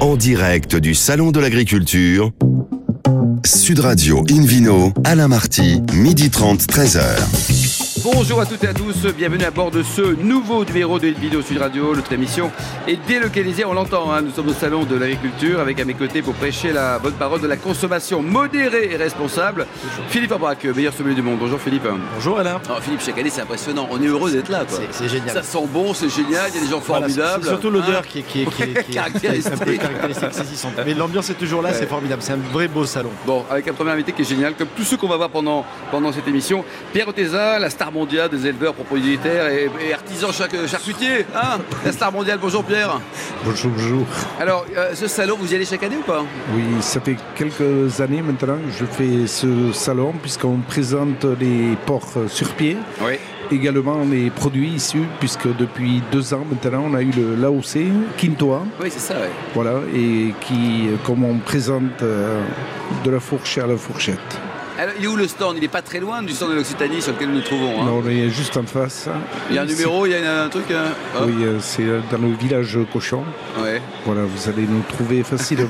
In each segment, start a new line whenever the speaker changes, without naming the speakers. en direct du Salon de l'Agriculture. Sud Radio Invino, Alain Marty, midi 30, 13h.
Bonjour à toutes et à tous, bienvenue à bord de ce nouveau numéro de Vidéo Sud Radio. Notre émission est délocalisée, on l'entend, hein. nous sommes au salon de l'agriculture avec à mes côtés pour prêcher la bonne parole de la consommation modérée et responsable. Bonjour. Philippe Abrac, meilleur sommelier du monde. Bonjour Philippe.
Bonjour Alain.
Oh, Philippe, chaque année c'est impressionnant, on est heureux d'être là.
C'est génial.
Ça sent bon, c'est génial, il y a des gens voilà, formidables.
surtout l'odeur hein qui, qui, qui, qui, est caractéristique. un peu caractéristique Mais l'ambiance est toujours là, ouais. c'est formidable, c'est un vrai beau salon.
Bon, avec un premier invité qui est génial, comme tous ceux qu'on va voir pendant, pendant cette émission, Pierre Oteza, la star mondiale des éleveurs propriétaires et, et artisans charcutiers. Hein la star mondiale, bonjour Pierre.
Bonjour, bonjour.
Alors, euh, ce salon, vous y allez chaque année ou pas
Oui, ça fait quelques années maintenant que je fais ce salon puisqu'on présente les porcs sur pied.
Oui.
Également les produits issus, puisque depuis deux ans maintenant, on a eu le Laosé, Quintoa.
Oui, c'est ça, oui.
Voilà, et qui, comme on présente euh, de la fourche à la fourchette.
Alors, il est où le stand Il n'est pas très loin du stand de l'Occitanie sur lequel nous nous trouvons. Hein.
Non, on est juste en face.
Il y a un numéro, il y a un, un truc hein
oh. Oui, c'est dans le village Cochon.
Ouais.
Voilà, vous allez nous trouver facilement.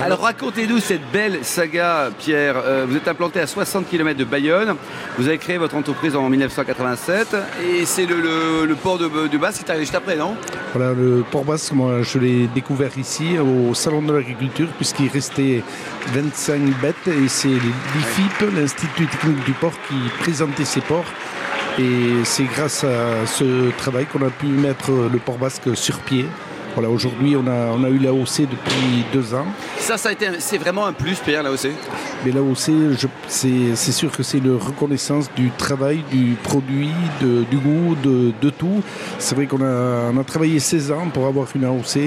Alors racontez-nous cette belle saga, Pierre. Euh, vous êtes implanté à 60 km de Bayonne. Vous avez créé votre entreprise en 1987. Et c'est le, le, le, port de, de Basse qui est arrivé juste après, non
Voilà, le port Basse, moi, je l'ai découvert ici au Salon de l'Agriculture, puisqu'il restait 25 bêtes. Et c'est l'IFIP, l'Institut technique du port, qui présentait ses ports. Et c'est grâce à ce travail qu'on a pu mettre le port basque sur pied. Voilà, aujourd'hui, on a, on a eu l'AOC depuis deux ans.
Ça, ça a été, c'est vraiment un plus, Pierre, l'AOC
Mais l'AOC, c'est, c'est sûr que c'est une reconnaissance du travail, du produit, de, du goût, de, de tout. C'est vrai qu'on a, on a travaillé 16 ans pour avoir une AOC.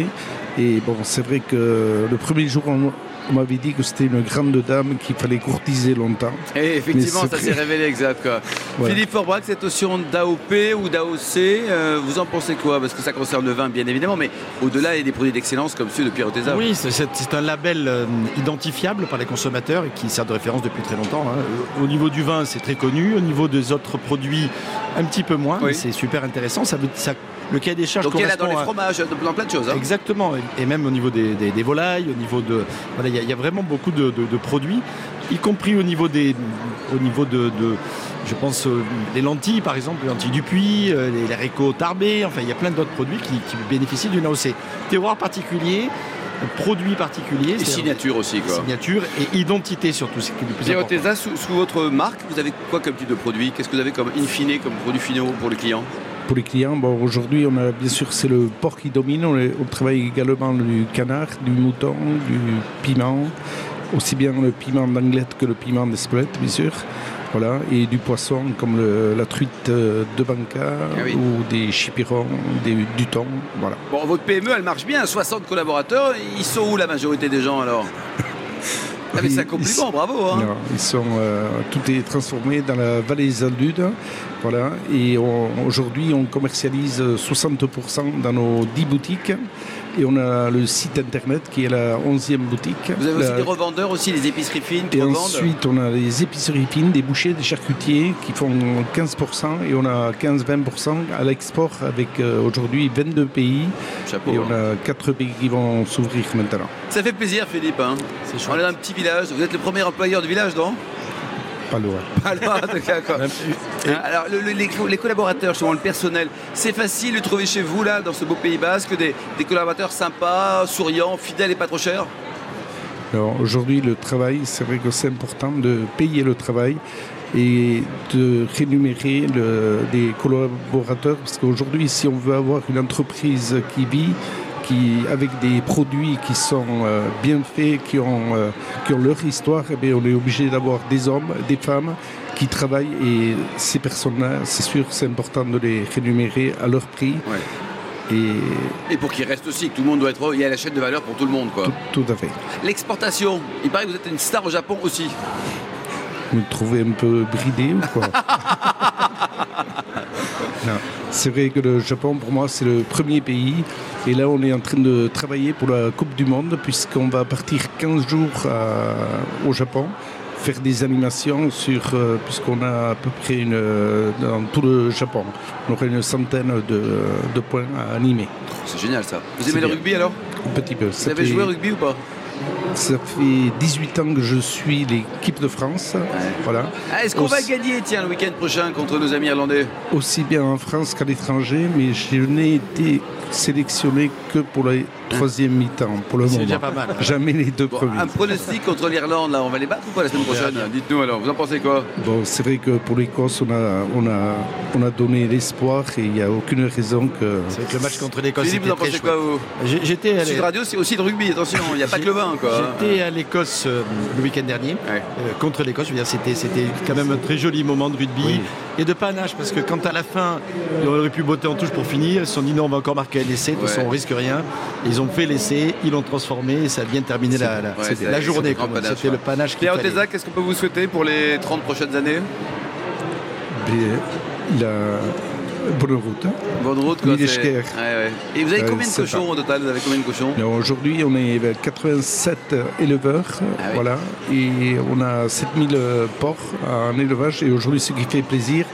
Et bon, c'est vrai que le premier jour, on, on m'avait dit que c'était une grande dame qu'il fallait courtiser longtemps.
Et Eh, effectivement, ça s'est révélé exact. Quoi. Ouais. Philippe Forbrac, cette notion d'AOP ou d'AOC, euh, vous en pensez quoi Parce que ça concerne le vin, bien évidemment, mais au-delà, il y a des produits d'excellence comme ceux de Pierre Otesa.
Ah Oui, c'est un label euh, identifiable par les consommateurs et qui sert de référence depuis très longtemps. Hein. Au niveau du vin, c'est très connu. Au niveau des autres produits, un petit peu moins. Oui. C'est super intéressant. Ça, ça, le cahier des charges
Donc,
correspond
il y a dans les fromages, dans plein de choses. Hein.
Exactement. Et même au niveau des, des, des volailles, au niveau de... Voilà, il y, a vraiment beaucoup de, de, de, produits, y compris au niveau des, au niveau de, de je pense, euh, les lentilles par exemple, les lentilles du puits, euh, les, les haricots tarbés, enfin il y a plein d'autres produits qui, qui bénéficient d'une AOC. Terroir particulier, produits particuliers.
Et signature aussi, quoi.
Signature et identité surtout, c'est le plus
Pierre Oteza, sous, sous, votre marque, vous avez quoi comme type de produit Qu'est-ce que vous avez comme in fine, comme produit finaux pour le client
pour les clients, bon, aujourd'hui, on a bien sûr c'est le porc qui domine. On, on travaille également du canard, du mouton, du piment, aussi bien le piment d'Anglette que le piment d'Espelette, bien sûr. Voilà, et du poisson comme le, la truite euh, de Banca ah oui. ou des chipirons, des, du thon. Voilà.
Bon, votre PME, elle marche bien, 60 collaborateurs. Ils sont où la majorité des gens alors ah mais c'est un compliment,
ils,
bravo. Hein.
Non, ils sont, euh, tout est transformé dans la vallée des Aldudes. Voilà, et aujourd'hui, on commercialise 60% dans nos 10 boutiques. Et on a le site internet qui est la 11e boutique.
Vous avez
la...
aussi des revendeurs, aussi les épiceries fines
Et
revendent.
ensuite, on a les épiceries fines, des bouchers, des charcutiers qui font 15% et on a 15-20% à l'export avec euh, aujourd'hui 22 pays.
Chapeau,
et on a 4 pays qui vont s'ouvrir maintenant.
Ça fait plaisir, Philippe. Hein est on est dans un petit village. Vous êtes le premier employeur du village, non
pas loin.
Pas loin, en tout cas. Quoi. Hein, Alors, le, le, les, les, collaborateurs, justement, le personnel, c'est facile de trouver chez vous, là, dans ce beau Pays Basque, des, des collaborateurs sympas, souriants, fidèles et pas trop chers
Alors, aujourd'hui, le travail, c'est vrai que c'est important de payer le travail et de rémunérer le, les collaborateurs, parce qu'aujourd'hui, si on veut avoir une entreprise qui vit, qui, avec des produits qui sont euh, bien faits, qui ont, euh, qui ont leur histoire, eh bien, on est obligé d'avoir des hommes, des femmes qui travaillent et ces personnes-là, c'est sûr, c'est important de les rémunérer à leur prix.
Ouais.
Et...
et, pour qu'il reste aussi, que tout le monde doit être. Il y a la chaîne de valeur pour tout le monde. Quoi.
Tout, tout à fait.
L'exportation, il paraît que vous êtes une star au Japon aussi.
Vous me trouvez un peu bridé ou quoi C'est vrai que le Japon, pour moi, c'est le premier pays. Et là, on est en train de travailler pour la Coupe du Monde, puisqu'on va partir 15 jours à, au Japon, faire des animations sur, euh, puisqu'on a à peu près une, euh, dans tout le Japon, on aura une centaine de, de points à animer.
C'est génial ça. Vous aimez le rugby alors
Un petit peu.
Vous avez joué au rugby ou pas
Ça fait 18 ans que je suis l'équipe de France. Voilà.
Ah, Est-ce qu'on va
Aussi-
gagner, tiens, le week-end prochain contre nos amis irlandais
Aussi bien en France qu'à l'étranger, mais je n'ai été sélectionné que pour la troisième mi-temps, pour le
C'est
moment.
déjà pas mal.
Jamais les deux
Bon,
premiers.
Un pronostic contre l'Irlande, là, on va les battre ou pas la semaine prochaine Dites-nous alors, vous en pensez quoi
Bon, c'est vrai que pour l'Écosse, on a, on, a, on a donné l'espoir et il n'y a aucune raison que.
C'est vrai que le match contre l'Écosse
Philippe,
c'était
vous en
très
pensez
chouette.
quoi vous
J'ai- J'étais allé-
Sud Radio, c'est aussi de rugby, attention, il n'y a pas que le vin, quoi. hein.
J'étais à l'Écosse euh, le week-end dernier
Ouais.
euh, contre l'Écosse. Je veux dire, c'était c'était quand même un très joli moment de rugby et de panache parce que quand à la fin on aurait pu botter en touche pour finir, ils se sont dit non on va encore marquer un essai, de toute
Ouais.
façon on risque rien. Ils ont fait l'essai, ils l'ont transformé et ça a bien terminé la, la-
ouais, c'est-
c'était la
c'est
journée.
un grand
comme-
panache,
C'était
ouais.
le panache qui
Pierre Oteza, qu'est-ce qu'on peut vous souhaiter pour les 30 prochaines années
Mais la bonne route. hein.
Bonne route, quoi.
Mille
c'est-
Esker.
Ouais, ouais. Et vous avez
Euh,
combien de
c'est
cochons
pas-
au total Vous avez combien de cochons
Alors, Aujourd'hui, on est vers 87 éleveurs,
oui.
voilà, et on a 7000 euh, porcs en élevage. Et aujourd'hui, ce qui fait plaisir,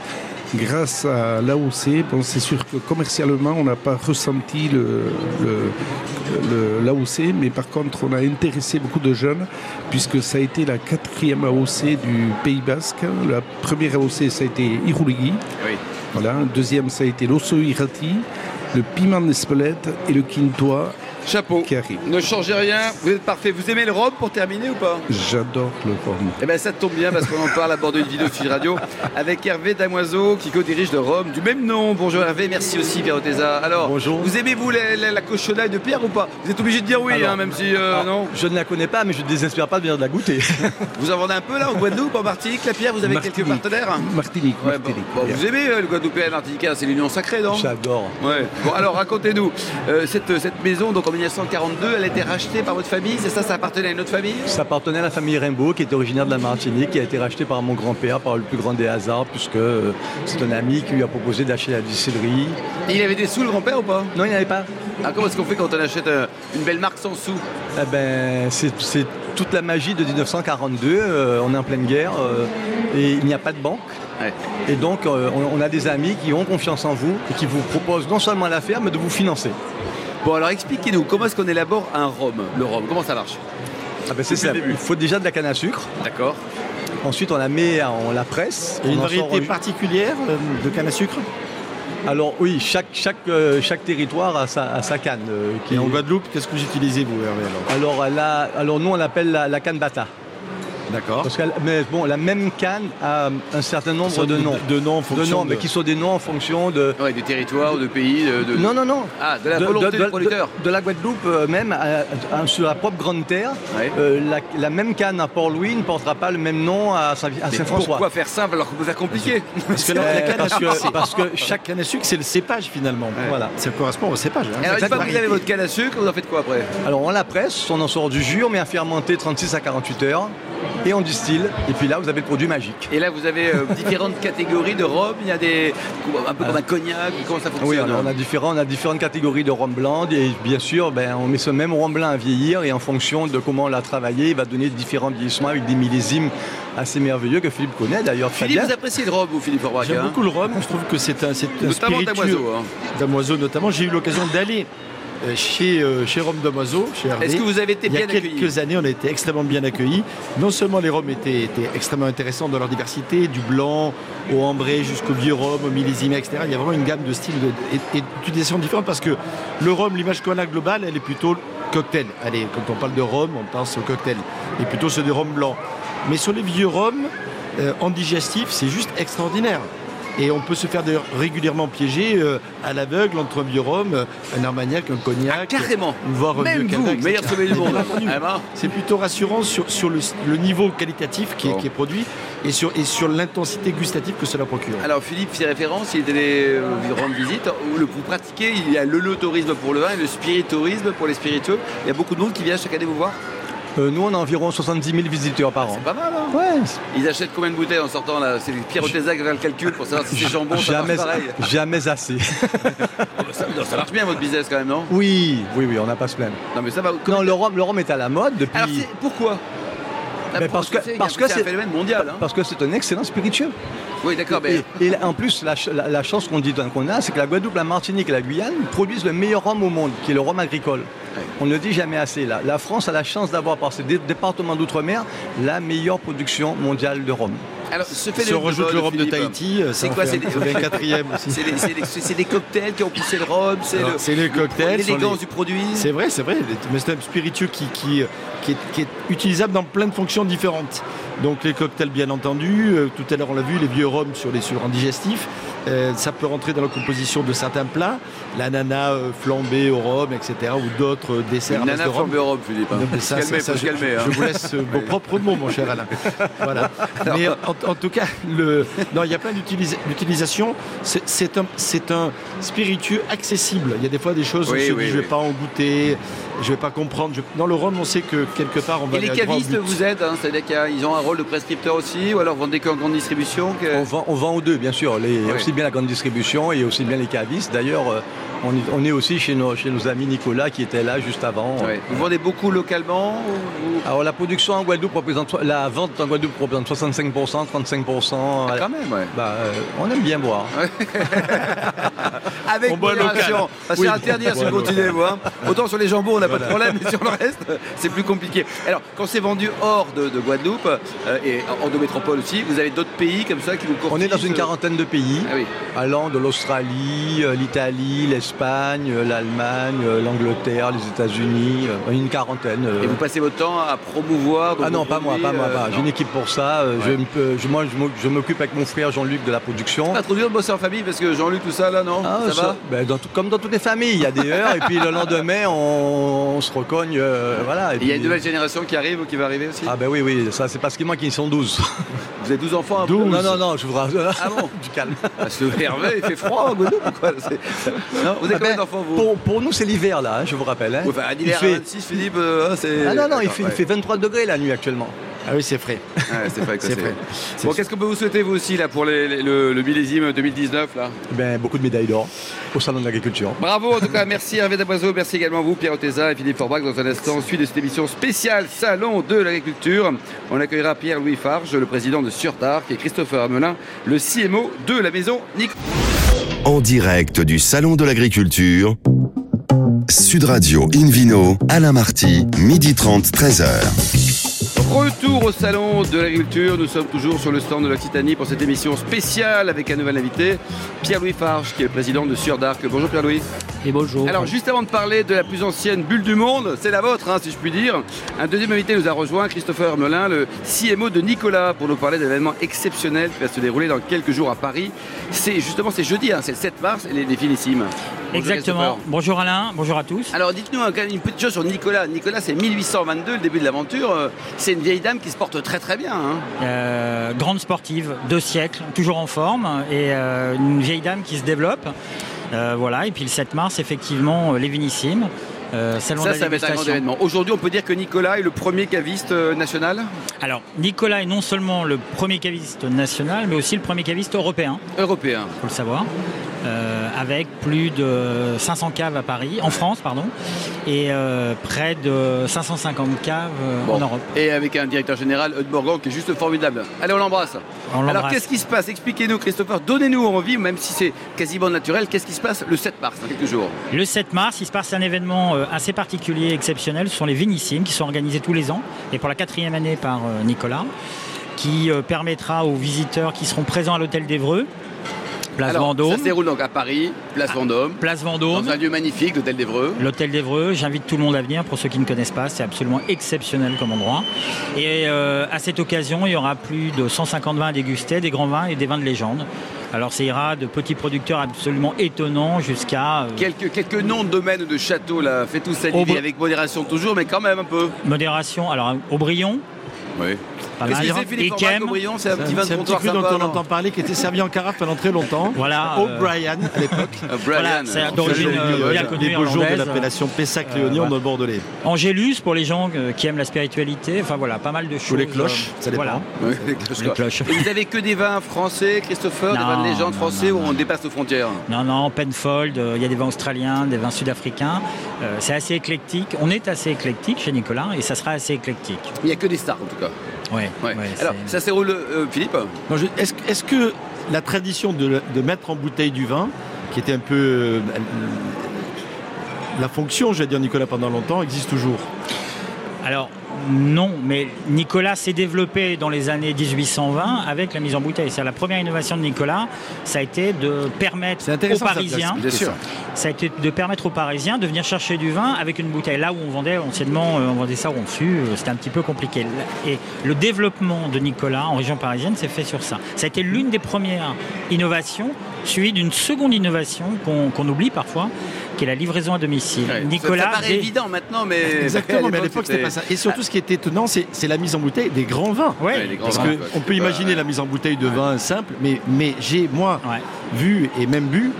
grâce à l'AOC, bon, c'est sûr que commercialement, on n'a pas ressenti le, le- le- l'AOC, mais par contre, on a intéressé beaucoup de jeunes, puisque ça a été la quatrième AOC du Pays Basque. La première AOC, ça a été Irulegui.
Oui.
Voilà. Deuxième, ça a été l'osso irati, le piment d'Espelette et le quintois
Chapeau.
qui arrive.
Ne changez rien, vous êtes parfait. Vous aimez le rhum pour terminer ou pas
J'adore le rhum.
Eh bien, ça tombe bien parce qu'on en parle à bord d'une vidéo Sud Radio avec Hervé Damoiseau qui co-dirige le Rhum du même nom. Bonjour Hervé, merci aussi Pierre Oteza. Alors,
Bonjour.
vous aimez-vous la, la- la cochonnaille de Pierre ou pas Vous êtes obligé de dire oui,
Alors,
hein, même si euh,
Alors,
non.
Je ne la connais pas, mais je ne désespère pas de venir de la goûter.
Vous en vendez un peu là en Guadeloupe, en Martinique La Pierre, vous avez quelques
Martinique.
Ah,
partenaires
Martinique,
Ouais, bon,
Martinique.
bon, vous aimez euh, le Guadeloupéen et Martiniquais, c'est l'union sacrée, non
J'adore.
Ouais. Bon, alors racontez-nous, euh, cette, cette maison, donc en 1942, elle a été rachetée par votre famille, c'est ça, ça appartenait à une autre famille
Ça appartenait à la famille Rimbaud, qui est originaire de la Martinique, qui a été rachetée par mon grand-père par le plus grand des hasards, puisque euh, c'est un ami qui lui a proposé d'acheter la distillerie.
Il avait des sous, le grand-père, ou pas
Non, il n'y en avait pas.
ah, Comment est-ce qu'on fait quand on achète euh, une belle marque sans sous
Eh ben, c'est c'est toute la magie de 1942. euh, on est en pleine guerre euh, et il n'y a pas de banque.
Ouais.
Et donc, euh, on, on a des amis qui ont confiance en vous et qui vous proposent non seulement l'affaire, mais de vous financer.
Bon, alors expliquez-nous, comment est-ce qu'on élabore un rhum Le rhum, comment ça marche
Ah ben,
Depuis
c'est
le
simple.
début.
Il faut déjà de la canne à sucre.
D'accord.
Ensuite, on la met, à- on la presse.
Et
On
une
en sort
variété
en-
particulière euh, de canne à sucre.
Alors oui, chaque, chaque, euh, chaque territoire a sa, a sa canne. euh, qui-
Et en Guadeloupe, qu'est-ce que vous utilisez vous Hervé alors
alors, elle a- alors nous, on l'appelle la, la canne bata.
D'accord.
Parce qu'elle- mais bon, la même canne a euh, un certain nombre de noms.
De noms en
De
fonction
noms,
de- Euh,
mais qui sont des noms en fonction de...
Ouais, des territoires, de pays, de. de-
Non, non, non.
Ah, de la
de,
volonté
de-
du
de-
producteur.
de la Guadeloupe euh, même, à- à- sur la propre Grande Terre,
Ouais.
euh, la, la même canne à Port-Louis ne portera pas le même nom à, Saint- à
Mais
Saint-François.
Pourquoi faire simple alors qu'on peut faire compliqué
Parce que
Euh,
la, la canne à
parce,
sucre,
que,
c'est-
parce que chaque...
chaque canne à sucre, c'est le cépage finalement.
Voilà.
Ça correspond au cépage. hein.
Alors,
C'est
une fois
cette
que vous avez
variété.
votre canne à sucre, vous en faites quoi après
Alors on la presse, on en sort du jus, on met à fermenter 36 à 48 heures et on distille. Et puis là, vous avez le produit magique.
Et là, vous avez euh, différentes catégories de rhum. Il y a des. un peu comme un cognac. Comment
Ah
ça
Oui,
fonctionne
on a, on a différents, on a différentes catégories de rhum blanc et bien sûr, ben, on met ce même rhum blanc à vieillir et en fonction de comment on l'a travaillé, il va donner différents vieillissements avec des millésimes assez merveilleux que Philippe connaît d'ailleurs. très
Philippe,
bien.
vous appréciez le rhum, vous, Philippe Forbach
J'aime
hein
beaucoup le rhum, je trouve que c'est un, c'est un
Notamment
spiritueux.
Damoiseau. hein.
Damoiseau notamment. J'ai eu l'occasion d'aller euh, chez, euh, chez Rome Damoiseau, chez Hervé.
Est-ce que vous avez été
Il y
bien
a quelques
accueilli
années, on a été extrêmement bien accueillis. Non seulement les Roms étaient, étaient extrêmement intéressants dans leur diversité, du blanc au ambré jusqu'au vieux Rhum, au millésime, etc. Il y a vraiment une gamme de styles de- et, et d'utilisations différentes parce que le Rhum, l'image qu'on a globale, elle est plutôt cocktail. Allez, quand on parle de Rhum, on pense au cocktail. Et plutôt ceux des Rhum blancs. Mais sur les vieux Rhums, euh, en digestif, c'est juste extraordinaire. Et on peut se faire d'ailleurs régulièrement piéger euh, à l'aveugle entre un vieux rhum, euh, un armagnac, un
Ah,
cognac.
Carrément.
Ou voir euh,
Même
vieux
vous,
Cadillac,
meilleur
etc.
sommet du monde.
Bien entendu.
Ah ben,
C'est plutôt rassurant sur, sur le, le niveau qualitatif qui est,
Bon.
qui est produit et sur, et sur l'intensité gustative que cela procure.
Alors Philippe, ses références, il était des euh, rendre visite. Où le, vous pratiquez, il y a le tourisme pour le vin et le spiritourisme pour les spiritueux. Il y a beaucoup de monde qui vient chaque année vous voir.
Euh, nous, on a environ 70 000 visiteurs par an.
C'est pas mal. hein
Ouais,
Ils achètent combien de bouteilles en sortant là C'est Pierre Oteza qui va faire le calcul pour savoir si c'est jambon, ça marche
jamais,
pareil.
jamais assez.
Ça, non, ça marche bien votre business quand même, non
Oui, oui, oui, on n'a pas se plaindre.
Non mais ça va.
Non, le rhum, le rhum est à la mode depuis.
Alors c'est- pourquoi
Mais
Pourquoi
parce que-
c'est-
parce que
c'est un
c'est-
phénomène mondial. hein.
Parce que c'est un excellent spiritueux.
Oui, d'accord,
Et,
mais
et en plus, la, ch- la- la chance qu'on dit qu'on a, c'est que la Guadeloupe, la Martinique et la Guyane produisent le meilleur rhum au monde, qui est le rhum agricole. On ne dit jamais assez là. La France a la chance d'avoir, par ses dé- départements d'outre-mer, la meilleure production mondiale de rhum.
alors ce fait
Si on rajoute le rhum de Tahiti, euh,
C'est
ça en
quoi,
fait
c'est
un-
des-
ça fait un quatrième aussi.
C'est des, c'est des- c'est des cocktails qui ont poussé le rhum, c'est
Alors,
le-
C'est les cocktails. sur les-
l'élégance du produit.
C'est vrai, c'est vrai. Mais c'est un spiritueux qui, qui, euh, qui est, qui est utilisable dans plein de fonctions différentes. Donc les cocktails, bien entendu. euh, Tout à l'heure, on l'a vu, les vieux rhums sur les surants digestifs. Euh, ça peut rentrer dans la composition de certains plats. L'ananas euh, flambé au rhum, etc. Ou d'autres euh, desserts à
Une
base
nana
de rhum.
flambée au rhum, Philippe. hein.
Non, mais ça,
Faut se calmer,
ça,
faut
ça,
se
je-
calmer.
je,
hein.
vous laisse euh, vos propres mots, mon cher Alain. Voilà. Mais en, en tout cas, le... non, il y a plein d'utilisa- d'utilisations. C'est- C'est un, c'est un spiritueux accessible. Il y a des fois des choses où
Oui,
on se
oui,
dit, je vais
oui.
pas en goûter, je vais pas comprendre. Je- Dans le rhum, on sait que quelque part, on va
Et les
aller à droit au
cavistes
but.
vous aident, hein, c'est-à-dire qu'ils ont un rôle de prescripteur aussi, ou alors vous vendez qu'en grande distribution que-
On vend, on vend aux deux, bien sûr, les-
Oui.
aussi bien la grande distribution et aussi bien les cavistes. D'ailleurs, euh, on, est- on est aussi chez nos, chez nos amis Nicolas qui était là juste avant.
Ouais. Vous vendez beaucoup localement ou- ou-
Alors la production en Guadeloupe représente, so- la vente en Guadeloupe représente 65%, 35%.
Ah, Quand même, ouais.
Bah, euh, on aime bien boire.
Avec
On boit
modération.
local.
Bah, c'est
Oui.
interdire
On
si vous
boit
continuez, vous. hein. Autant sur les jambons, on n'a pas de problème, mais sur le reste, c'est plus compliqué. Alors, quand c'est vendu hors de, de Guadeloupe, euh, et hors de métropole aussi, vous avez d'autres pays comme ça qui vous
On est dans
courtisent,
une
euh,
quarantaine de pays,
Ah oui.
allant de l'Australie, euh, l'Italie, l'Espagne, euh, l'Allemagne, euh, l'Angleterre, les États-Unis, euh, une quarantaine. euh.
Et vous passez votre temps à promouvoir. donc,
Ah non,
vos
pas moi,
produits,
pas moi,
euh,
pas. J'ai
non.
une équipe pour ça. euh, je me peux- je- moi, je m'oc- je m'occupe avec mon frère Jean-Luc de la production.
Pas trop dur de bosser en famille parce que Jean-Luc, tout ça, là, non
Ah,
Ça va
ben, dans tout- Comme dans toutes les familles, il y a des heures et puis le lendemain, on, on se recogne. euh, voilà, et
Et Il y a une
puis-
nouvelle génération qui arrive ou qui va arriver aussi
Ah ben oui, oui, ça c'est parce que moi qui sont 12.
Vous avez 12 enfants un peu
Non, non, non, je vous rassure.
Ah bon
Du calme.
Parce que Hervé, il fait froid en Guadeloupe ou quoi C'est- Non, Vous avez combien
Ah ben,
d'enfants, vous
Pour, pour nous, c'est l'hiver là, hein, je vous rappelle. hein.
Ouais, Enfin, un
il
hiver à
fait...
26, Philippe, euh, hein, c'est...
Ah non, non, il
D'accord,
fait, il
ouais.
fait 23 degrés la nuit actuellement.
Ah oui, c'est frais.
Ouais, c'est vrai que ça,
C'est
c'est-
vrai.
Bon, qu'est-ce qu'on peut vous souhaiter, vous aussi, là, pour les- les- le, le millésime 2019, là
Eh Ben, beaucoup de médailles d'or au Salon de l'Agriculture.
Bravo, en tout cas, merci Hervé Daboiseau, merci également à vous, Pierre Oteza et Philippe Forbach. Dans un instant, suite de cette émission spéciale Salon de l'Agriculture, on accueillera Pierre-Louis Farge, le président de Surtarc, et Christopher Hamelin, le CMO de la maison Nicolas.
En direct du Salon de l'Agriculture, Sud Radio Invino, Alain Marty, midi 30, 13h.
Retour au salon de l'agriculture. Nous sommes toujours sur le stand de l'Occitanie pour cette émission spéciale avec un nouvel invité, Pierre-Louis Farge, qui est le président de Sur d'Arc. Bonjour Pierre-Louis.
Et bonjour.
Alors juste avant de parler de la plus ancienne bulle du monde, c'est la vôtre hein, si je puis dire, un deuxième invité nous a rejoint, Christopher Melin, le CMO de Nicolas, pour nous parler d'un événement exceptionnel qui va se dérouler dans quelques jours à Paris. C'est justement c'est jeudi, hein, c'est le 7 mars, et les, les finissimes. Bonjour,
Exactement.
Christopher.
Bonjour Alain, bonjour à tous.
Alors dites-nous hein, quand même une petite chose sur Nicolas. Nicolas c'est 1822, le début de l'aventure. Euh, C'est une vieille dame qui se porte très très bien. hein.
Euh, grande sportive, deux siècles, toujours en forme et euh, une vieille dame qui se développe. Euh, voilà, et puis le 7 mars, effectivement, euh, les Vinissimes, euh, salon
Ça,
de
ça
la
va être un grand
dégustation.
événement. Aujourd'hui, on peut dire que Nicolas est le premier caviste euh, national
Alors, Nicolas est non seulement le premier caviste national, mais aussi le premier caviste européen,
européen.
faut le savoir, euh, avec plus de 500 caves à Paris, en France, pardon, et euh, près de 550 caves euh,
Bon.
en Europe.
Et avec un directeur général, Eud Morgan, qui est juste formidable. Allez, on l'embrasse.
On l'embrasse.
Alors, qu'est-ce qui se passe Expliquez-nous, Christopher. Donnez-nous envie, même si c'est quasiment naturel, qu'est-ce qui se passe le 7 mars, dans quelques jours
Le 7 mars, il se passe un événement euh, assez particulier, exceptionnel. Ce sont les Vinissimes qui sont organisés tous les ans et pour la quatrième année par euh, Nicolas, qui euh, permettra aux visiteurs qui seront présents à l'hôtel d'Evreux, place
Alors,
Vendôme, Ah.
Ça se déroule donc à Paris, place Vendôme,
place Vendôme,
dans un lieu magnifique, l'hôtel d'Evreux.
l'hôtel d'Evreux. J'invite tout le monde à venir pour ceux qui ne connaissent pas. C'est absolument exceptionnel comme endroit. Et euh, à cette occasion, il y aura plus de 150 vins à déguster, des grands vins et des vins de légende. Alors, ça ira de petits producteurs absolument étonnants jusqu'à euh,
Quelques, quelques noms de domaines ou de châteaux, là, fait tout saliver
Oh, bah-
avec modération toujours, mais quand même un peu.
modération. Alors, Aubryon,
Oui.
pas
Qu'est-ce
mal,
que c'est, Philippe
Ikem.
Forbrac, Aubryon C'est un petit vin
C'est
de
un petit
comptoir
cru dont
sympa,
on
non
entend parler, qui était servi en carafe pendant très longtemps.
Voilà, euh,
O'Brien à l'époque.
Euh, Brian.
Voilà, c'est
Enfin,
d'origine,
joli,
euh,
ouais.
bien connue.
Les beaux jours de
irlandaise.
l'appellation Pessac-Léognan
Euh,
dans le Bordelais.
Angélus pour les gens euh, qui aiment la spiritualité. Enfin voilà, pas mal de choses. euh,
les cloches, ça dépend.
Voilà,
Ouais, les cloches,
les
quoi.
cloches.
Et vous avez que des vins français, Christopher, des
Non,
vins de
non,
légende français
non,
où
non.
on dépasse nos frontières
Non, non, Penfold, euh, il y a des vins australiens, des vins sud-africains. Euh, c'est assez éclectique. On est assez éclectique chez Nicolas et ça sera assez éclectique.
Il n'y a que des stars en tout cas.
Ouais,
Ouais.
ouais,
Alors,
c'est-
ça se déroule, euh, Philippe
Non, je- Est-ce est-ce que la tradition de, de mettre en bouteille du vin, qui était un peu euh, la fonction, je vais dire Nicolas, pendant longtemps, existe toujours.
Alors non, mais Nicolas s'est développé dans les années 1820 avec la mise en bouteille. C'est la première innovation de Nicolas, ça a été de permettre
C'est
aux
intéressant. ça,
Parisiens,
Bien sûr.
ça a été de permettre aux Parisiens de venir chercher du vin avec une bouteille. Là où on vendait anciennement, euh, on vendait ça au su, c'était un petit peu compliqué. Et le développement de Nicolas en région parisienne s'est fait sur ça. Ça a été l'une des premières innovations, suivie d'une seconde innovation qu'on qu'on oublie parfois, qui est la livraison à domicile.
Ouais. Ça- ça,
Nicolas,
paraît
dès-
évident maintenant, mais
Exactement, mais à l'époque, c'était pas ça. Et surtout, ce qui était étonnant, c'est c'est la mise en bouteille des grands vins.
Ouais.
Ouais, les grands
Parce
vins,
que
quoi.
on peut imaginer la mise en bouteille de vin simple, mais, mais j'ai, moi,
Ouais.
vu et même bu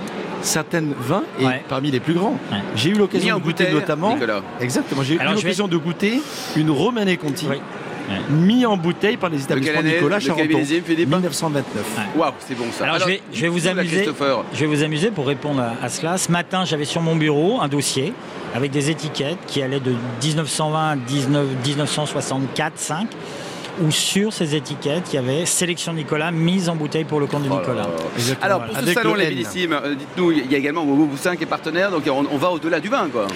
certains vins, et
Ouais.
parmi les plus grands.
Ouais.
J'ai eu
Mis
l'occasion
en
de goûter
bouteille,
notamment...
Nicolas.
Exactement, j'ai eu
Alors, je vais-
l'occasion de goûter une Romanée Conti,
Oui.
mis en bouteille par les établissements
année
Nicolas
De quel
Charenton,
millésime, Philippe
1929.
Ouais.
Waouh, c'est bon ça.
Alors, je, vais, je vais vous
dites-nous, là,
amuser.
Christopher.
Je vais vous amuser pour répondre à, à cela. Ce matin, j'avais sur mon bureau un dossier avec des étiquettes qui allaient de 1920 à 19, 1964, 5, où sur ces étiquettes, il y avait sélection Nicolas mise en bouteille pour le compte de
Oh là
Nicolas.
là.
Exactement.
Alors pour ce
Avec
salon
le
les
N.
millissimes, euh, dites-nous, il y a également Bobo Boussin qui est partenaire, donc on, on va au-delà du vin quoi.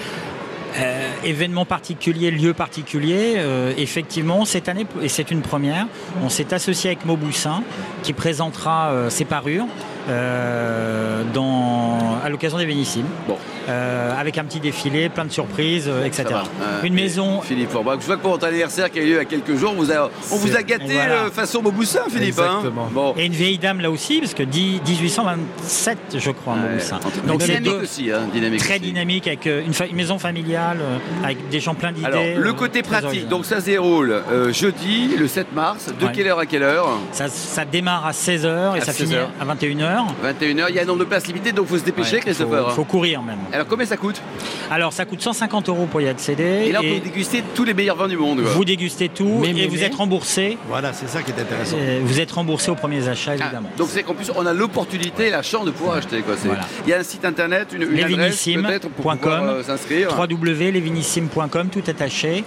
Euh, événement particulier, lieu particulier, euh, effectivement, cette année, et c'est une première, on s'est associé avec Mauboussin qui présentera euh, ses parures euh, dans, à l'occasion des Vénissimes.
Bon.
Euh, avec un petit défilé, plein de surprises, euh, etc.
Ça va. Euh,
Une
et
maison.
Philippe Forbach, je vois que pour votre anniversaire qui a eu lieu il y a quelques jours, vous a- on vous a gâté
Voilà.
euh, façon Boboussin, Philippe. hein.
Exactement.
Bon.
Et une vieille dame là aussi, parce que 10 1827, je crois,
Ouais.
Mauboussin.
Donc
Donc c'est
dynamique
deux-
aussi, hein, dynamique
très
aussi.
dynamique, avec euh, une, fa- une maison familiale, euh, avec des gens plein d'idées.
Alors,
euh,
le côté
très
pratique,
original.
donc ça se déroule euh, jeudi, le 7 mars, de
Ouais.
quelle heure à quelle heure
ça, ça démarre à 16h et
À
ça
16
finit
heures.
à 21h.
21h, il y a un nombre de places limitées, donc il faut se dépêcher,
Il faut,
Christopher. hein.
faut courir même.
Alors, combien ça coûte
Alors ça coûte 150 euros pour y accéder.
Et là, on
et
peut déguster tous les meilleurs vins du monde. quoi.
vous dégustez tout
Mais,
et
mais,
vous
mais.
êtes remboursé.
Voilà, c'est ça qui est intéressant.
euh, Vous êtes remboursé aux premiers achats
Ah,
évidemment.
donc c'est qu'en plus on a l'opportunité et la chance de pouvoir acheter quoi. C'est-
Voilà.
Il y a un site internet, une, une adresse peut-être pour pouvoir
lesvinissimes.com,
euh, s'inscrire.
www.lesvinissimes.com, tout attaché.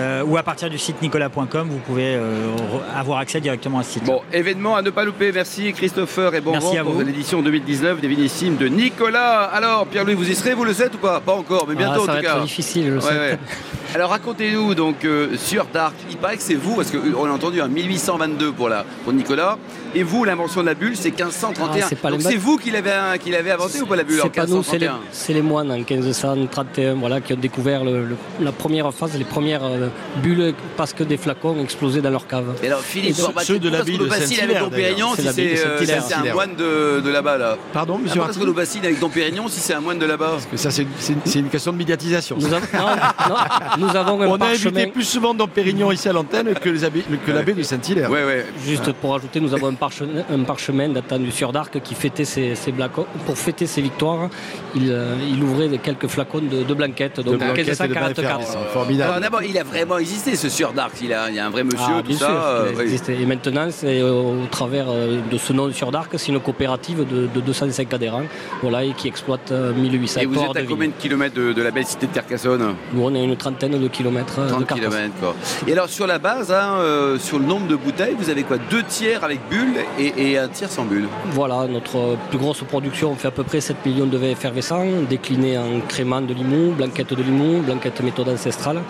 euh, ou à partir du site nicolas.com, vous pouvez euh, re- avoir accès directement à ce site.
Bon, événement à ne pas louper. Merci Christopher et bon
Merci à
pour
vous.
l'édition 2019 des Vinissimes de Nicolas. Alors Pierre-Louis, vous y serez, vous le savez ou pas Pas encore, mais bientôt
Ah, ça
en
va
tout cas.
être difficile, je
Ouais, ouais. Alors racontez-nous donc euh, sur Dark, il paraît que c'est vous, parce qu'on a entendu un 1822 pour, la, pour Nicolas, et vous l'invention de la bulle c'est 1531.
Ah, c'est pas
donc
les mêmes-
c'est vous qui l'avez hein, qui l'avez inventé ou pas la bulle en
C'est pas nous, c'est les,
1531
c'est les moines hein, en 1531 voilà, qui ont découvert le- le- la première phase, les premières euh, bulles parce que des flacons explosaient dans leur cave.
Et alors Philippe
Et ceux-
Forbach,
ceux de la
pourquoi est-ce
ville
qu'on
de
nous vacille avec
Saint-Hilaire,
Don Pérignon
d'ailleurs.
si
C'est la ville
c'est
de
euh,
Saint-Hilaire.
si c'est un moine de, de là-bas là Ah,
Pardon, monsieur
Pourquoi est-ce qu'on
Martin
nous vacille avec Don Pérignon si c'est un moine de là-bas
Parce que ça, c'est- c'est c'est une question de médiatisation.
Nous, avons- non, non, nous avons un
On a
parchemin,
invité plus souvent dans Pérignon ici à l'antenne que les abbés- que l'abbé de Saint-Hilaire.
Ouais, ouais.
juste pour ajouter, nous avons un parchemin, un parchemin datant du Sieur d'Arc qui fêtait ses, ses blacons- pour fêter ses victoires, il, euh, il ouvrait des- quelques flacons de, de blanquette, donc
De
en
Blanquette et de Marie-Ferrand,
1544.
c'est
Alors
Formidable.
d'abord, il a vraiment existé ce Sieur d'Arc. Il, a- il y a un vrai monsieur,
Ah,
tout
bien
ça.
sûr,
euh,
il
oui.
existait. Et maintenant, c'est euh, au travers euh, de ce nom sur d'Arc, c'est une coopérative de, de 205 adhérents voilà, et qui exploite euh, 1800
Et vous
hectares
êtes
de
à
vignes.
combien de kilomètres de, de la belle cité de Carcassonne
Nous, on est à une trentaine de kilomètres. euh, de
30
Carcassonne.
kilomètres, quoi. Et alors, sur la base, hein, euh, sur le nombre de bouteilles, vous avez quoi Deux tiers avec bulle et, et un tiers sans bulle.
Voilà, notre euh, plus grosse production, on fait à peu près 7 millions de vins effervescents, déclinés en crémant de Limoux, blanquette de Limoux, blanquette méthode ancestrale.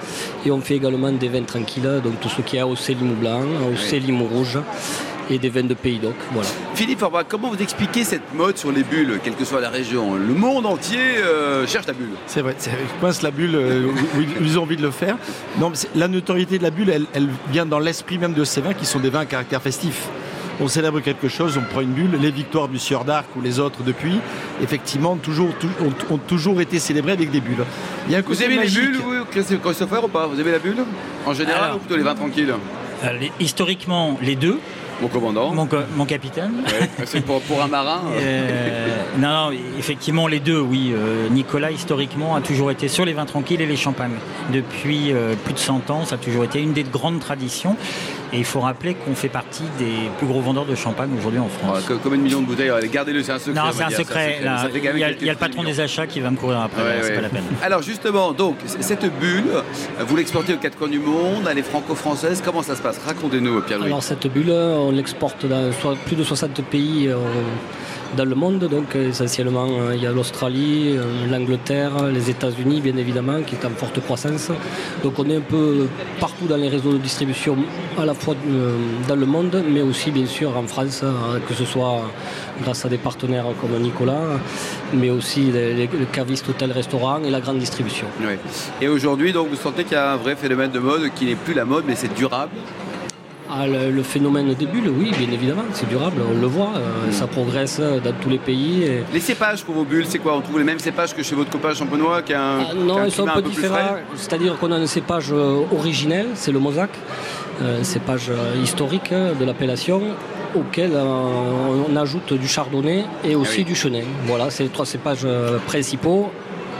Et on fait également des vins tranquilles, donc tout ce qui est AOC Limoux blanc, AOC Limoux rouge et des vins de Pays d'Oc. Voilà.
Philippe Forbach, comment vous expliquez cette mode sur les bulles, quelle que soit la région Le monde entier euh, cherche la bulle.
C'est vrai, c'est- je pense la bulle, euh, où- où ils ont envie de le faire. Non, mais c'est- la notoriété de la bulle, elle, elle vient dans l'esprit même de ces vins qui sont des vins à caractère festif. On célèbre quelque chose, on prend une bulle. Les victoires du Sieur d'Arc ou les autres depuis, effectivement, toujours, tou- ont, ont toujours été célébrées avec des bulles. Il y a un
Vous
côté
aimez
magique.
les bulles, vous, Christ- Christopher, ou pas Vous aimez la bulle En général,
Alors.
ou plutôt les vins tranquilles
Euh, les- historiquement, les deux,
Mon commandant.
mon, co- mon capitaine.
Ouais, C'est pour, pour un marin. euh.
Euh, non, non, effectivement, les deux, oui. Euh, Nicolas, historiquement, a toujours été sur les vins tranquilles et les champagnes. Depuis euh, plus de 100 ans, ça a toujours été une des grandes traditions. Et il faut rappeler qu'on fait partie des plus gros vendeurs de champagne aujourd'hui en France.
Alors, co- Combien de millions de bouteilles Alors, allez, Gardez-le, c'est un secret.
non,
on
c'est
va
un
dire,
secret. là.
Ça fait
Il
quand même
y a,
quelques
il y a le patron
millions.
des achats qui va me courir après.
Ouais,
là, c'est
ouais.
pas la peine.
Alors justement, donc c- cette bulle, euh, vous l'exportez aux quatre coins du monde, elle est franco-française, comment ça se passe Racontez-nous Pierre-Louis.
Alors cette bulle, on l'exporte dans so- plus de 60 pays euh, dans le monde. Donc euh, essentiellement, euh, il y a l'Australie, euh, l'Angleterre, les États-Unis, bien évidemment, qui est en forte croissance. Donc on est un peu partout dans les réseaux de distribution, à la fois euh, dans le monde, mais aussi bien sûr en France, euh, que ce soit grâce à des partenaires comme Nicolas, mais aussi les, les- le caviste, hôtel, restaurant et la grande distribution.
Ouais. Et aujourd'hui, donc vous sentez qu'il y a un vrai phénomène de mode qui n'est plus la mode, mais c'est durable.
Ah, le, le phénomène des bulles, oui, bien évidemment, c'est durable, on le voit,
Hmm.
euh, ça progresse dans tous les pays. et-
Les cépages pour vos bulles, c'est quoi On trouve les mêmes cépages que chez votre copain champenois qui a un,
Ah,
qui a
non,
un
ils sont
climat
un peu
plus
différents.
frais
C'est-à-dire qu'on a un cépage euh, originel, c'est le mosaque, euh, cépage euh, historique euh, de l'appellation, auquel euh, on ajoute du chardonnay et aussi
Ah oui.
du chenin. Voilà, c'est les trois cépages euh, principaux.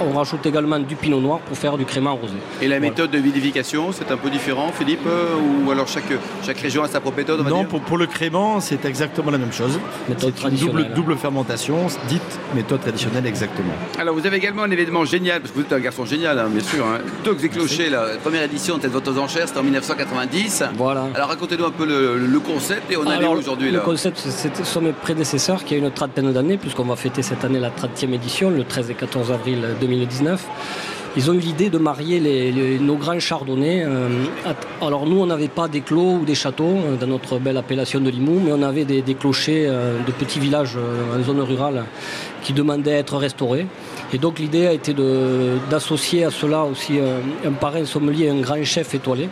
On rajoute également du pinot noir pour faire du crément rosé.
Et la méthode de vinification, c'est un peu différent, Philippe euh, Ou alors chaque, chaque région a sa propre méthode, on va
Non,
dire
pour, pour le crément, c'est exactement la même chose.
Méthode
C'est une double,
traditionnelle.
double fermentation, dite méthode traditionnelle exactement.
Alors vous avez également un événement génial, parce que vous êtes un garçon génial, hein, bien sûr. Hein. Tox et Clocher, la première édition de cette vente aux enchères, c'était en 1990.
Voilà.
Alors racontez-nous un peu le, le concept et on en est
Alors,
où aujourd'hui
Le
là
concept, c'était sont mes prédécesseurs qui a une trentaine d'années, puisqu'on va fêter cette année la 30e édition, le 13 et 14 avril 2019. Ils ont eu l'idée de marier les- les- nos grands chardonnays. euh, à- alors nous, on n'avait pas des clos ou des châteaux euh, dans notre belle appellation de Limoux, mais on avait des, des clochers euh, de petits villages euh, en zone rurale qui demandaient à être restaurés. Et donc l'idée a été de- d'associer à cela aussi euh, un parrain sommelier et un grand chef étoilé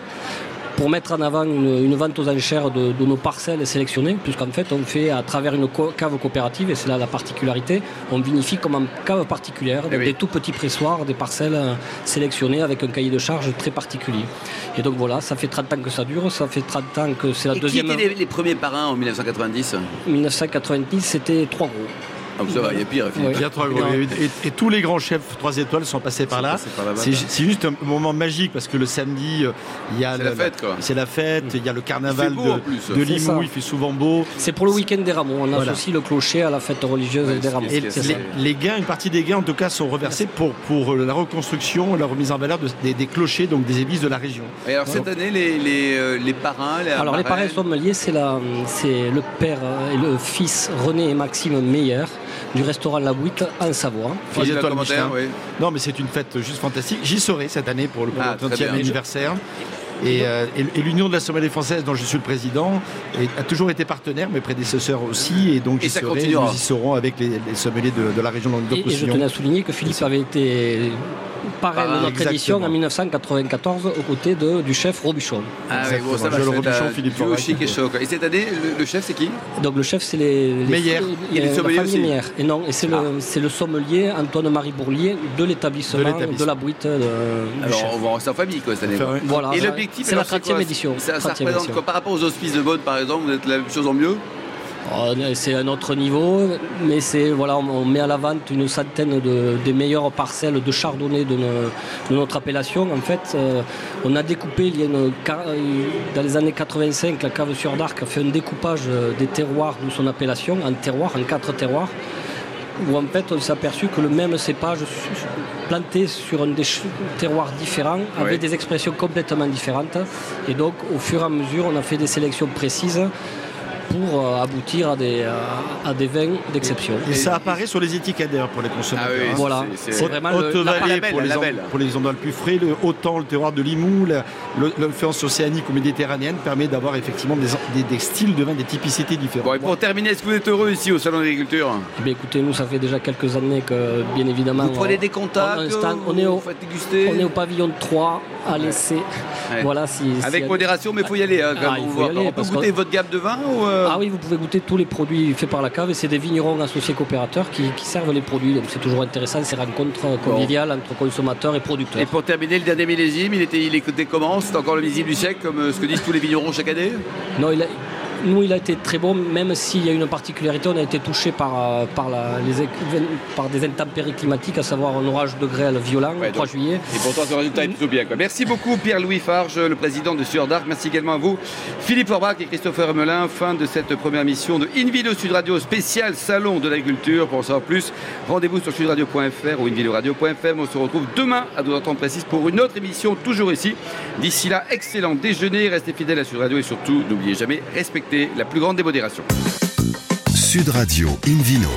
pour mettre en avant une, une vente aux enchères de, de nos parcelles sélectionnées, puisqu'en fait on fait à travers une co- cave coopérative, et c'est là la particularité, on vinifie comme en cave particulière, donc
Eh oui.
des tout petits pressoirs, des parcelles euh, sélectionnées avec un cahier de charge très particulier. Et donc voilà, ça fait 30 ans que ça dure, ça fait 30 ans que c'est la
Et
deuxième...
Qui étaient les, les premiers parrains en 1990
1990, c'était trois gros.
Ah, vous savez, Ah, il y a pire, Philippe.
Ouais.
Il y a trois gros.
Non.
Et, et- et tous les grands chefs 3 étoiles sont passés par là.
passés par là-bas.
C'est ju- c'est juste un moment magique parce que le samedi, euh, il y a
C'est la fête, quoi.
C'est la fête, il y a le carnaval
beau, en plus.
de, de
Mm. C'est ça.
Limoux, il fait souvent beau.
C'est pour le week-end des rameaux, on
Voilà.
associe le clocher à la fête religieuse
Ouais,
des
c'est-
rameaux.
Et
c'est-
C'est
c'est-
ça.
les, les gains, une partie des gains en tout cas sont reversés pour, pour la reconstruction, la remise en valeur de- des, des clochers, donc des églises de la région.
Et alors cette année, les, les, euh, les parrains, les
Alors les parrains
parraines,
sommeliers, c'est la- c'est le père et le fils René et Maxime Meyer du restaurant La Bouite en Savoie.
Philippe,
Trois
un
étoiles
commentaire,
Michelin.
oui.
Non, mais c'est une fête juste fantastique. J'y serai cette année pour le pour
Ah,
le
très
30e
bien.
anniversaire. Et, euh, et- et l'Union de la Sommelier française, dont je suis le président, est- a toujours été partenaire, mes prédécesseurs aussi, et donc
Et
j'y
ça
serai,
continuera.
nous y serons avec les, les sommeliers de, de la région
Et, et je
Languedoc-Roussillon.
tenais à souligner que Philippe avait été parrain de
Parrain,
notre
exactement.
édition en 1994 aux côtés de- du chef Robuchon.
Ah oui, bon,
Exactement.
ça va,
Joël
c'est
Robuchon,
un
Philippe
duo
Forest.
chic et choc. Et cette année, le, le chef, c'est qui
Donc le chef, c'est les, les
Meyer.
Et les
la
sommeliers
famille
aussi. Ah.
Meyer. Et non, et c'est le, c'est le sommelier Antoine-Marie Bourlier de l'établissement
De
de,
l'établissement.
La Bouite. de- du
Alors,
chef.
on va rester en famille, quoi, cette année.
Enfin, ouais.
Voilà,
Et
Bah, ça-
l'objectif,
c'est la
alors, quoi
30e édition.
Ça, ça
30e
représente
édition.
quoi Par rapport aux hospices de Bonne, par exemple, vous êtes la même chose en mieux
Oh, C'est un autre niveau, mais c'est voilà, on on met à la vente une centaine de, des meilleures parcelles de chardonnay de, no- de notre appellation. En fait, euh, on a découpé il y a une ca- euh, dans les années 85, la cave sur d'Arc a fait un découpage euh, des terroirs de son appellation en terroirs, en quatre terroirs, où en fait on s'est aperçu que le même cépage su- su- planté sur un des ch- terroirs différents avait
Ouais.
des expressions complètement différentes. Et donc, au fur et à mesure, on a fait des sélections précises pour euh, aboutir à des, à, à des vins d'exception.
Et ça apparaît sur les étiquettes d'ailleurs pour les consommateurs.
Ah oui,
hein.
Voilà,
c'est- c'est-
c'est vraiment le- la-
la- la
Haute-Vallée
belle,
pour, les
la
en-
belle.
pour les endroits les plus frais, le Autant, le terroir de Limoux, la- le- l'influence océanique ou méditerranéenne permet d'avoir effectivement des, des- des styles de vin, des typicités différentes.
Bon, et pour terminer, est-ce que vous êtes heureux ici au Salon de l'Agriculture
Eh bien, écoutez, nous, ça fait déjà quelques années que, bien évidemment,
Vous prenez
on-
des contacts
Bah, on, a un stand.
vous
on, est, au,
faites déguster
on est au pavillon 3 à l'essai.
Ouais.
Voilà, si, si-
Avec modération, mais il faut y aller. hein, quand
Ah,
on
il faut
voit.
y aller,
on peut
parce
goûter
qu'on-
votre gamme de vin ou euh,
Ah oui, vous pouvez goûter tous les produits faits par la cave et c'est des vignerons associés coopérateurs qui, qui servent les produits. Donc c'est toujours intéressant ces rencontres conviviales entre consommateurs et producteurs.
Et pour terminer, le dernier millésime, il était, il était comment C'est encore le millésime du siècle, comme euh, ce que disent tous les vignerons chaque année
Non, il a- nous, il a été très bon, même s'il y a une particularité, on a été touché par, euh, par, la- les éc- par des intempéries climatiques, à savoir un orage de grêle violent,
Ouais,
le 3
donc,
juillet.
Et pourtant, ce résultat est plutôt bien. quoi. Merci beaucoup, Pierre-Louis Farge, le président de Sueur d'Arc. Merci également à vous, Philippe Orbach et Christopher Melin. Fin de cette première mission de InVideo Sud Radio spécial Salon de l'agriculture. Pour en savoir plus, rendez-vous sur sudradio.fr ou invideoradio.fm. On se retrouve demain à 12h30 précise pour une autre émission, toujours ici. D'ici là, excellent déjeuner. Restez fidèles à Sud Radio et surtout, n'oubliez jamais, respectez la plus grande démodération.
Sud Radio Invino.